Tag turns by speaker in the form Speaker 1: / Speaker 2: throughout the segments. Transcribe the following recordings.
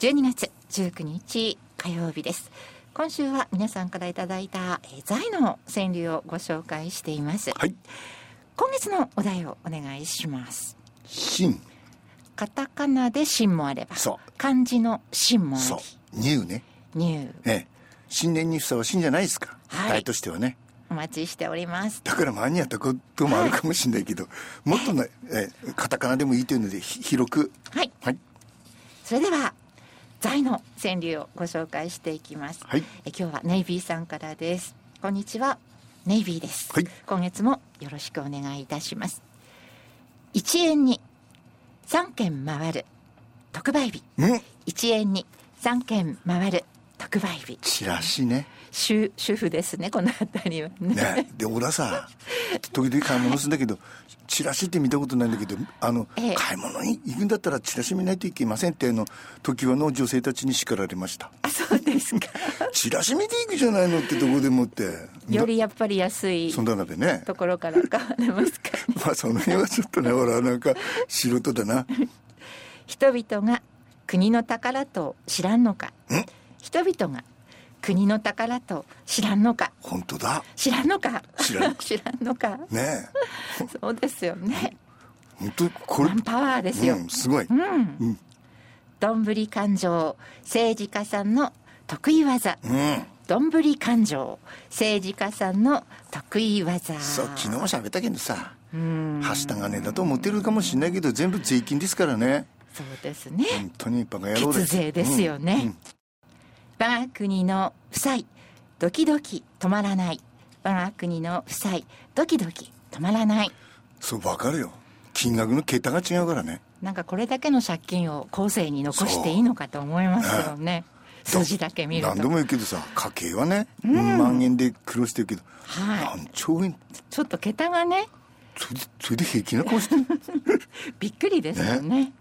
Speaker 1: 12月19日火曜日です今週は皆さんからいただいたえー財の川柳をご紹介しています、
Speaker 2: はい
Speaker 1: 今月のお題をお願いします
Speaker 2: 新
Speaker 1: カタカナで新もあれば
Speaker 2: そう
Speaker 1: 漢字の新もあ
Speaker 2: そうニューね
Speaker 1: りニュー
Speaker 2: ええ新年にふさわしいんじゃないですか、
Speaker 1: はい
Speaker 2: 期待としてはね
Speaker 1: お待ちしております
Speaker 2: だから間に合ったこともあるかもしれないけど、もっとね、ええカタカナでもいいというのでひ広く
Speaker 1: はい
Speaker 2: はい
Speaker 1: それでは財の川柳をご紹介していきます、
Speaker 2: はい
Speaker 1: え今日はネイビーさんからですこんにちはネイビーです、
Speaker 2: はい
Speaker 1: 今月もよろしくお願いいたします1円に3件回る特売日
Speaker 2: うん
Speaker 1: 1円に3件回る特売日
Speaker 2: チラシね
Speaker 1: 主主婦ですねこの辺りはね
Speaker 2: ねで俺はさ 時々買い物するんだけどチラシって見たことないんだけどあの、
Speaker 1: ええ
Speaker 2: 買い物に行くんだったらチラシ見ないといけませんってあの時はの女性たちに叱られました
Speaker 1: あそうですか
Speaker 2: チラシ見ていくじゃないのってどこでもって
Speaker 1: よりやっぱり安い
Speaker 2: そんなのでね
Speaker 1: ところから買われますかね
Speaker 2: まあその辺はちょっとね俺はなんか素人だな
Speaker 1: 人々が国の宝と知らんのか人々が国の宝と知らんのか
Speaker 2: 本当だ
Speaker 1: 知らんのか
Speaker 2: 知ら ん
Speaker 1: 知らんの か
Speaker 2: ね
Speaker 1: そうですよね
Speaker 2: え本当これ
Speaker 1: マンパワーですよ
Speaker 2: うんすごい
Speaker 1: どんぶり勘定政治家さんの得意技
Speaker 2: うん
Speaker 1: どんぶり勘定政治家さんの得意技
Speaker 2: そう昨日も喋ったけどさはした金だと思ってるかもしれないけど全部税金ですからね
Speaker 1: そうですね
Speaker 2: 本当にバカ野郎
Speaker 1: 血税ですよね、我が国の負債ドキドキ止まらない我が国の負債ドキドキ止まらない
Speaker 2: そう分かるよ金額の桁が違うからね
Speaker 1: なんかこれだけの借金を後世に残していいのかと思いますよね数字だけ見る
Speaker 2: 何度
Speaker 1: と
Speaker 2: も言うけどさ家計はね、うん、万円で苦労してるけど、
Speaker 1: はい
Speaker 2: 何兆円
Speaker 1: ちょっと桁がね
Speaker 2: それでそれで平気な顔してる
Speaker 1: びっくりですよね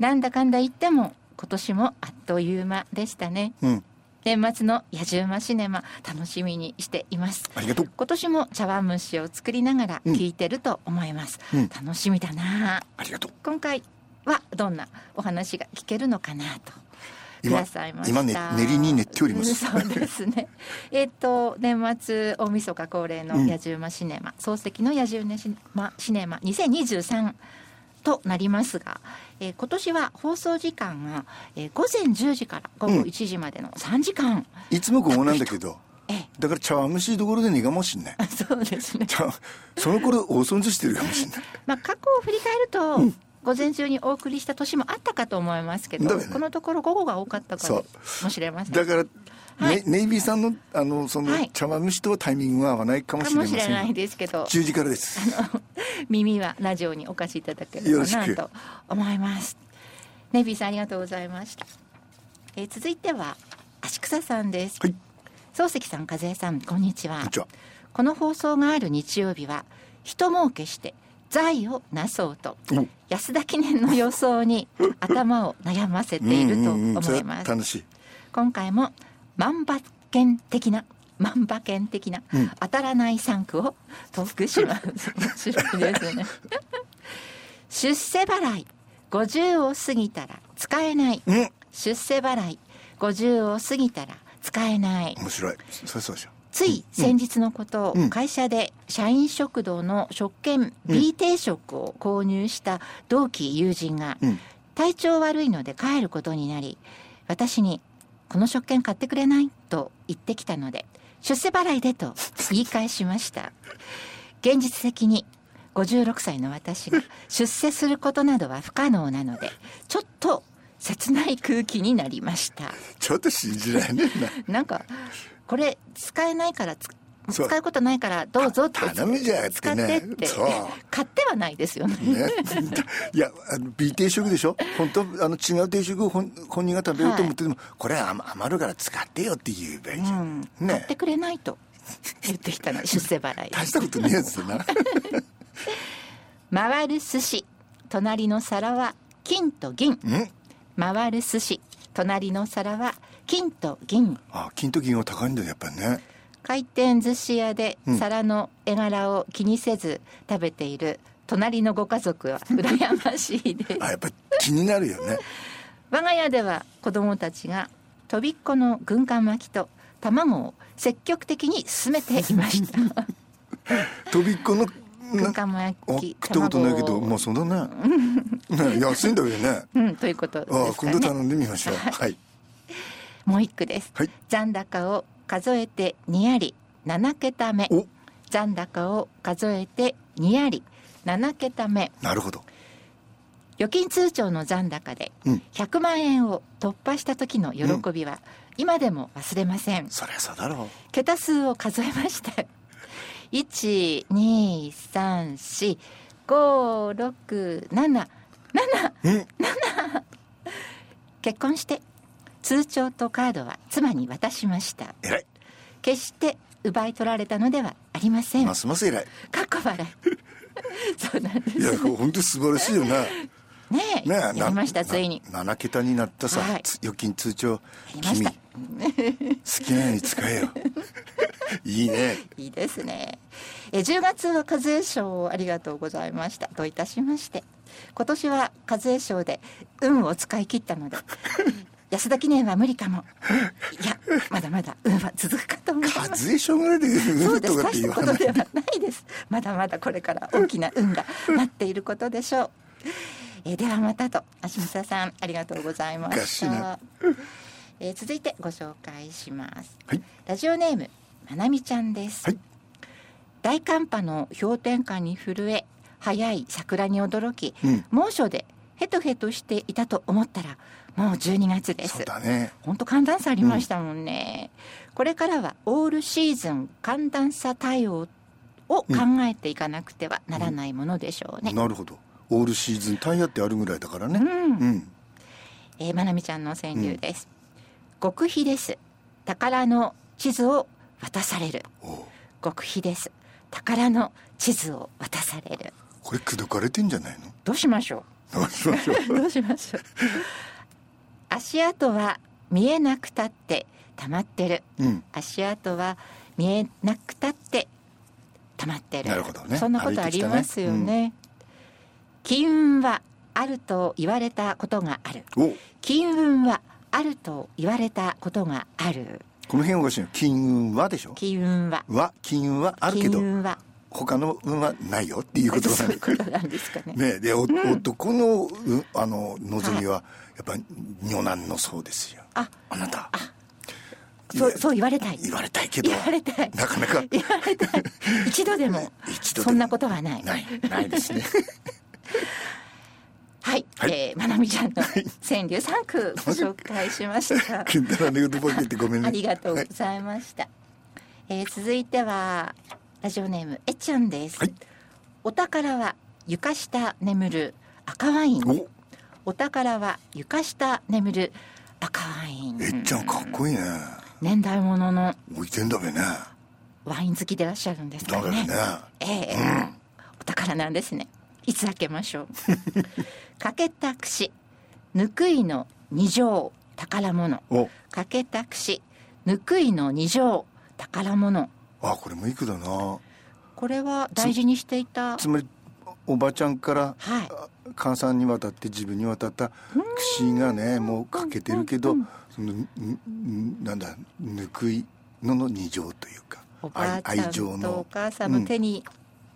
Speaker 1: なんだかんだ言っても今年もあっという間でしたね
Speaker 2: うん
Speaker 1: 年末の野獣馬シネマ楽しみにしています
Speaker 2: ありがとう
Speaker 1: 今年も茶碗蒸しを作りながら聞いてると思います、
Speaker 2: うん
Speaker 1: 楽しみだな
Speaker 2: ありがとう
Speaker 1: 今回はどんなお話が聞けるのかなとく
Speaker 2: 今
Speaker 1: ださいました
Speaker 2: 今ね練りに練っております
Speaker 1: うんそうですねえっと年末大晦日恒例の野獣馬シネマ、漱石の野獣馬シネマ2023となりますが、えー今年は放送時間が、えー午前10時から午後1時までの3時間、
Speaker 2: いつも午後なんだけど
Speaker 1: ええ
Speaker 2: だから茶碗蒸しどころで苦もしんない
Speaker 1: そうですね
Speaker 2: 茶碗その頃大損ずしてるかもしんない
Speaker 1: まあ、過去を振り返ると、午前中にお送りした年もあったかと思いますけど、
Speaker 2: だよね
Speaker 1: このところ午後が多かったか
Speaker 2: そう
Speaker 1: もしれません
Speaker 2: だから、
Speaker 1: はい
Speaker 2: ねネイビーさんのあのその
Speaker 1: はい
Speaker 2: 茶碗蒸しとはタイミングは合わないかも
Speaker 1: か
Speaker 2: しれ
Speaker 1: も
Speaker 2: ませ
Speaker 1: し
Speaker 2: ん
Speaker 1: れないですけど
Speaker 2: 10時からです
Speaker 1: 耳はラジオにお貸しいただけれ
Speaker 2: よ
Speaker 1: ば
Speaker 2: ろし
Speaker 1: な
Speaker 2: く
Speaker 1: と思いますネビーさんありがとうございました、えー続いては足草さんです、
Speaker 2: はい
Speaker 1: 漱石さん和江さんこんにちは
Speaker 2: こんにちは
Speaker 1: この放送がある日曜日は人儲けして財をなそうと
Speaker 2: うん
Speaker 1: 安田記念の予想に頭を悩ませていると
Speaker 2: うんうん
Speaker 1: 思
Speaker 2: うんそれ
Speaker 1: い
Speaker 2: は
Speaker 1: ます
Speaker 2: 楽しい
Speaker 1: 今回も万馬券的な万馬券的な当たらない3区を特集します。面白いですね。 出世払い50を過ぎたら使えない。
Speaker 2: うん
Speaker 1: 出世払い50を過ぎたら使えない。
Speaker 2: 面白いそうそうでしょ
Speaker 1: つい先日のことを会社で社員食堂の食券 B 定食を購入した同期友人が
Speaker 2: ん
Speaker 1: 体調悪いので帰ることになり私に「この食券買ってくれない?」と言ってきたので「出世払いで」と言い返しました現実的に56歳の私が出世することなどは不可能なのでちょっと切ない空気になりました
Speaker 2: ちょっと信じられないな
Speaker 1: なんかこれ使えないからつ
Speaker 2: そう
Speaker 1: 使うことないからどうぞって
Speaker 2: 頼むじゃんって
Speaker 1: 使って
Speaker 2: ね
Speaker 1: って
Speaker 2: そう
Speaker 1: 買ってはないですよね
Speaker 2: ね、 いやあの B 定食でしょ本当あの違う定食を本本人が食べようと思ってても、これは余余るから使ってよって言えばいいじゃん、
Speaker 1: 買っ
Speaker 2: ね
Speaker 1: てくれないと言ってきたの出世払い
Speaker 2: 大したことねえやつだな
Speaker 1: 回る寿司隣の皿は金と銀
Speaker 2: うん
Speaker 1: 回る寿司隣の皿は金と銀
Speaker 2: あ金と銀は高いんだよやっぱりね
Speaker 1: 回転寿司屋で皿の絵柄を気にせず食べてい る隣のご家族は羨ましいです
Speaker 2: あやっぱ気になるよね
Speaker 1: 我が家では子供たちがとびっこの軍艦巻きと卵を積極的に進めていました
Speaker 2: とびっこの
Speaker 1: 軍
Speaker 2: な
Speaker 1: 艦巻
Speaker 2: あ
Speaker 1: き
Speaker 2: 食ったことないけど
Speaker 1: 卵を
Speaker 2: まあそん なねね安いんだけどね
Speaker 1: うんということですか
Speaker 2: ああ
Speaker 1: ね
Speaker 2: 今度頼んでみましょうはい
Speaker 1: もう一句です、
Speaker 2: はい
Speaker 1: 残高を数えてにやり7桁目
Speaker 2: お
Speaker 1: 残高を数えてにやり7桁目
Speaker 2: なるほど
Speaker 1: 預金通帳の残高で
Speaker 2: うん
Speaker 1: 100万円を突破した時の喜びは今でも忘れません、
Speaker 2: そりゃそうだろう
Speaker 1: 桁数を数えま した1234567
Speaker 2: うん
Speaker 1: 結婚して通帳とカードは妻に渡しました
Speaker 2: 偉い
Speaker 1: 決して奪い取られたのではありません
Speaker 2: ますます偉い
Speaker 1: 過去払い そうなんで
Speaker 2: いや
Speaker 1: す
Speaker 2: これ本当に素晴らしいよね
Speaker 1: ねえ
Speaker 2: ね
Speaker 1: や
Speaker 2: な
Speaker 1: りましたついに
Speaker 2: な7桁になったさ、
Speaker 1: はい
Speaker 2: つ預金通帳
Speaker 1: やりまし
Speaker 2: 君
Speaker 1: た
Speaker 2: 好きなように使 えよいいね
Speaker 1: いいですね。え10月は和江賞をありがとうございましたといたしまして今年は和江賞で運を使い切ったの で安田記念は無理かもいやまだまだ運は続くかと思いま
Speaker 2: 和
Speaker 1: す。
Speaker 2: 江賞ぐらいで
Speaker 1: そううんで
Speaker 2: と
Speaker 1: す
Speaker 2: かっ
Speaker 1: 大
Speaker 2: て
Speaker 1: し
Speaker 2: 言
Speaker 1: たこ
Speaker 2: わ
Speaker 1: と
Speaker 2: ない
Speaker 1: ではないですまだまだこれから大きな運が待っていることでしょうえではまたと足下さんありがとうございま
Speaker 2: おかし
Speaker 1: し
Speaker 2: い
Speaker 1: た
Speaker 2: な
Speaker 1: えー続いてご紹介します
Speaker 2: はい
Speaker 1: ラジオネームまなみちゃんです、
Speaker 2: はい
Speaker 1: 大寒波の氷点下に震え早い桜に驚き、
Speaker 2: うん
Speaker 1: 猛暑でヘトヘトしていたと思ったらもう12月で
Speaker 2: そう
Speaker 1: す
Speaker 2: だね
Speaker 1: 本当寒暖差ありましたもんね、これからはオールシーズン寒暖差対応を考えていかなくてはならないものでしょうね、
Speaker 2: なるほどオールシーズンタイヤってあるぐらいだから
Speaker 1: う
Speaker 2: ね
Speaker 1: ん
Speaker 2: うん
Speaker 1: えー、まなみちゃんの川柳です、極秘です宝の地図を渡される
Speaker 2: おう
Speaker 1: 極秘です宝の地図を渡される
Speaker 2: これ口説かれてんじゃないの
Speaker 1: どうしましょ
Speaker 2: どうしましょ う
Speaker 1: うどうしましょう足跡は見えなくたって溜まってる
Speaker 2: うん
Speaker 1: 足跡は見えなくたって溜まってる
Speaker 2: なるほどね
Speaker 1: そんなことありますよね金運はあると言われたことがある
Speaker 2: お
Speaker 1: 金運はあると言われたことがある
Speaker 2: この辺おかしいよ金運はでしょ
Speaker 1: 金運は
Speaker 2: は金運はあるけ
Speaker 1: 金
Speaker 2: ど
Speaker 1: 運は
Speaker 2: 他の運はないよっていうこと
Speaker 1: そ
Speaker 2: な
Speaker 1: うい
Speaker 2: ね
Speaker 1: うことなんですかね
Speaker 2: ねで、お男のうあの望みはやっぱり女男のそうですよ
Speaker 1: あ
Speaker 2: あなた
Speaker 1: そうそう言われたい
Speaker 2: 言われたいけど
Speaker 1: 言われたい
Speaker 2: なかなか
Speaker 1: 言われたい一度でも
Speaker 2: 一度でも
Speaker 1: そんなことはない
Speaker 2: ないないで すね
Speaker 1: はい、
Speaker 2: はい
Speaker 1: えーまなみちゃんの川柳三句ご紹介しました
Speaker 2: くだらねえことばっかり言ってごめんね
Speaker 1: ありがとう
Speaker 2: は
Speaker 1: ご
Speaker 2: い
Speaker 1: ざいました、えー続いてはラジオネームえっちゃんです、
Speaker 2: はい
Speaker 1: お宝は床下眠る赤ワイン
Speaker 2: お
Speaker 1: お宝は床下眠る赤ワイン
Speaker 2: えっちゃんかっこいいね
Speaker 1: 年代物の
Speaker 2: 置いてんだべね
Speaker 1: ワイン好きでいらっしゃるんですか
Speaker 2: だ
Speaker 1: ら
Speaker 2: べ
Speaker 1: ね
Speaker 2: ね
Speaker 1: ええお宝なんですねいつ開けましょう かけたくしぬくいの二乗宝物
Speaker 2: お
Speaker 1: かけたくしぬくいの二乗宝物
Speaker 2: あこれもいい句だな
Speaker 1: これは大事にしていた
Speaker 2: つまりおばちゃんから
Speaker 1: はい
Speaker 2: 換算に渡って自分に渡った櫛がねもう欠けてるけどそのんんなんだぬくいのの二乗というか
Speaker 1: おばあちゃんとお母さん
Speaker 2: う
Speaker 1: の
Speaker 2: ん
Speaker 1: 手に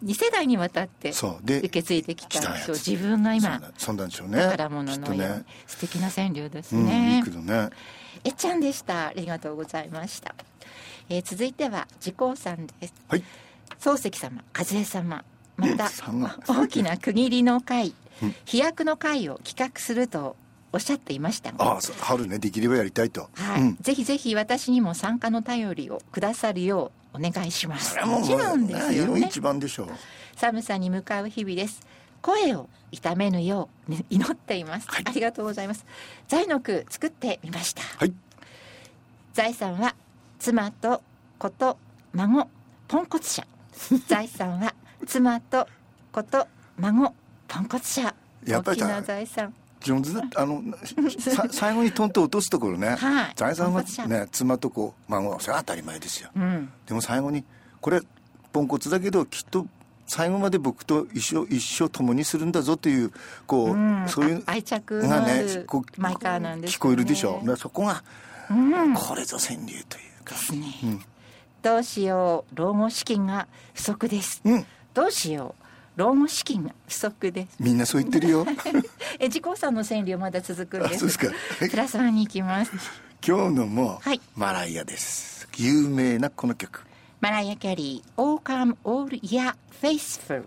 Speaker 1: 2世代にわたって
Speaker 2: そう
Speaker 1: 受
Speaker 2: で
Speaker 1: け継いできた
Speaker 2: 来たや
Speaker 1: そう
Speaker 2: つ
Speaker 1: 自分が
Speaker 2: そう
Speaker 1: 今
Speaker 2: なそうなんでしょうね
Speaker 1: 宝物
Speaker 2: きっ
Speaker 1: の
Speaker 2: と
Speaker 1: ように
Speaker 2: ね
Speaker 1: 素敵な川柳です
Speaker 2: うんい
Speaker 1: ね
Speaker 2: いけどね
Speaker 1: えっちゃんでしたありがとうございました、えー続いては時光さんです
Speaker 2: はい
Speaker 1: 漱石様和江様また
Speaker 2: さんが
Speaker 1: 大きな区切りの会
Speaker 2: うん
Speaker 1: 飛躍の会を企画するとおっしゃっていましたが
Speaker 2: あそう春ねできればやりたいと
Speaker 1: はい、
Speaker 2: うん
Speaker 1: ぜひぜひ私にも参加の頼りをくださるようお願いしま
Speaker 2: そ
Speaker 1: す
Speaker 2: れはもう
Speaker 1: もちろんですよ
Speaker 2: ね
Speaker 1: ね
Speaker 2: 一番でしょう
Speaker 1: 寒さに向かう日々です声を痛めぬようね祈っています、
Speaker 2: はい
Speaker 1: ありがとうございます財の句作ってみました
Speaker 2: はい
Speaker 1: 財産は妻と子と孫ポンコツ 者財産は妻と子と孫ポンコツ者
Speaker 2: やっぱ
Speaker 1: 大
Speaker 2: り
Speaker 1: きな財産
Speaker 2: 上手だ あのさ最後にトンと落とすところね、
Speaker 1: はい
Speaker 2: 財産
Speaker 1: ポ
Speaker 2: は
Speaker 1: ンコツじゃん
Speaker 2: ね妻と子孫はそれは当たり前ですよ
Speaker 1: うん
Speaker 2: でも最後にこれポンコツだけどきっと最後まで僕と一生一生共にするんだぞというこう、
Speaker 1: うん
Speaker 2: そういう
Speaker 1: あ愛着の
Speaker 2: が
Speaker 1: あ
Speaker 2: ね
Speaker 1: る
Speaker 2: こう
Speaker 1: マイカーなんですね
Speaker 2: 聞こえるでしょうそこが、これぞ川柳というか
Speaker 1: ですね、どうしよう老後資金が不足です、
Speaker 2: うん
Speaker 1: どうしよう老後資金が不足 です
Speaker 2: みんなそう言ってるよ
Speaker 1: え自己さんの川柳まだ続くん
Speaker 2: あ
Speaker 1: です
Speaker 2: そうですか
Speaker 1: プラスワンに行きます
Speaker 2: 今日のも、
Speaker 1: はい
Speaker 2: マライアです有名なこの曲
Speaker 1: マライア・キャリー「All Come All Year Faithful」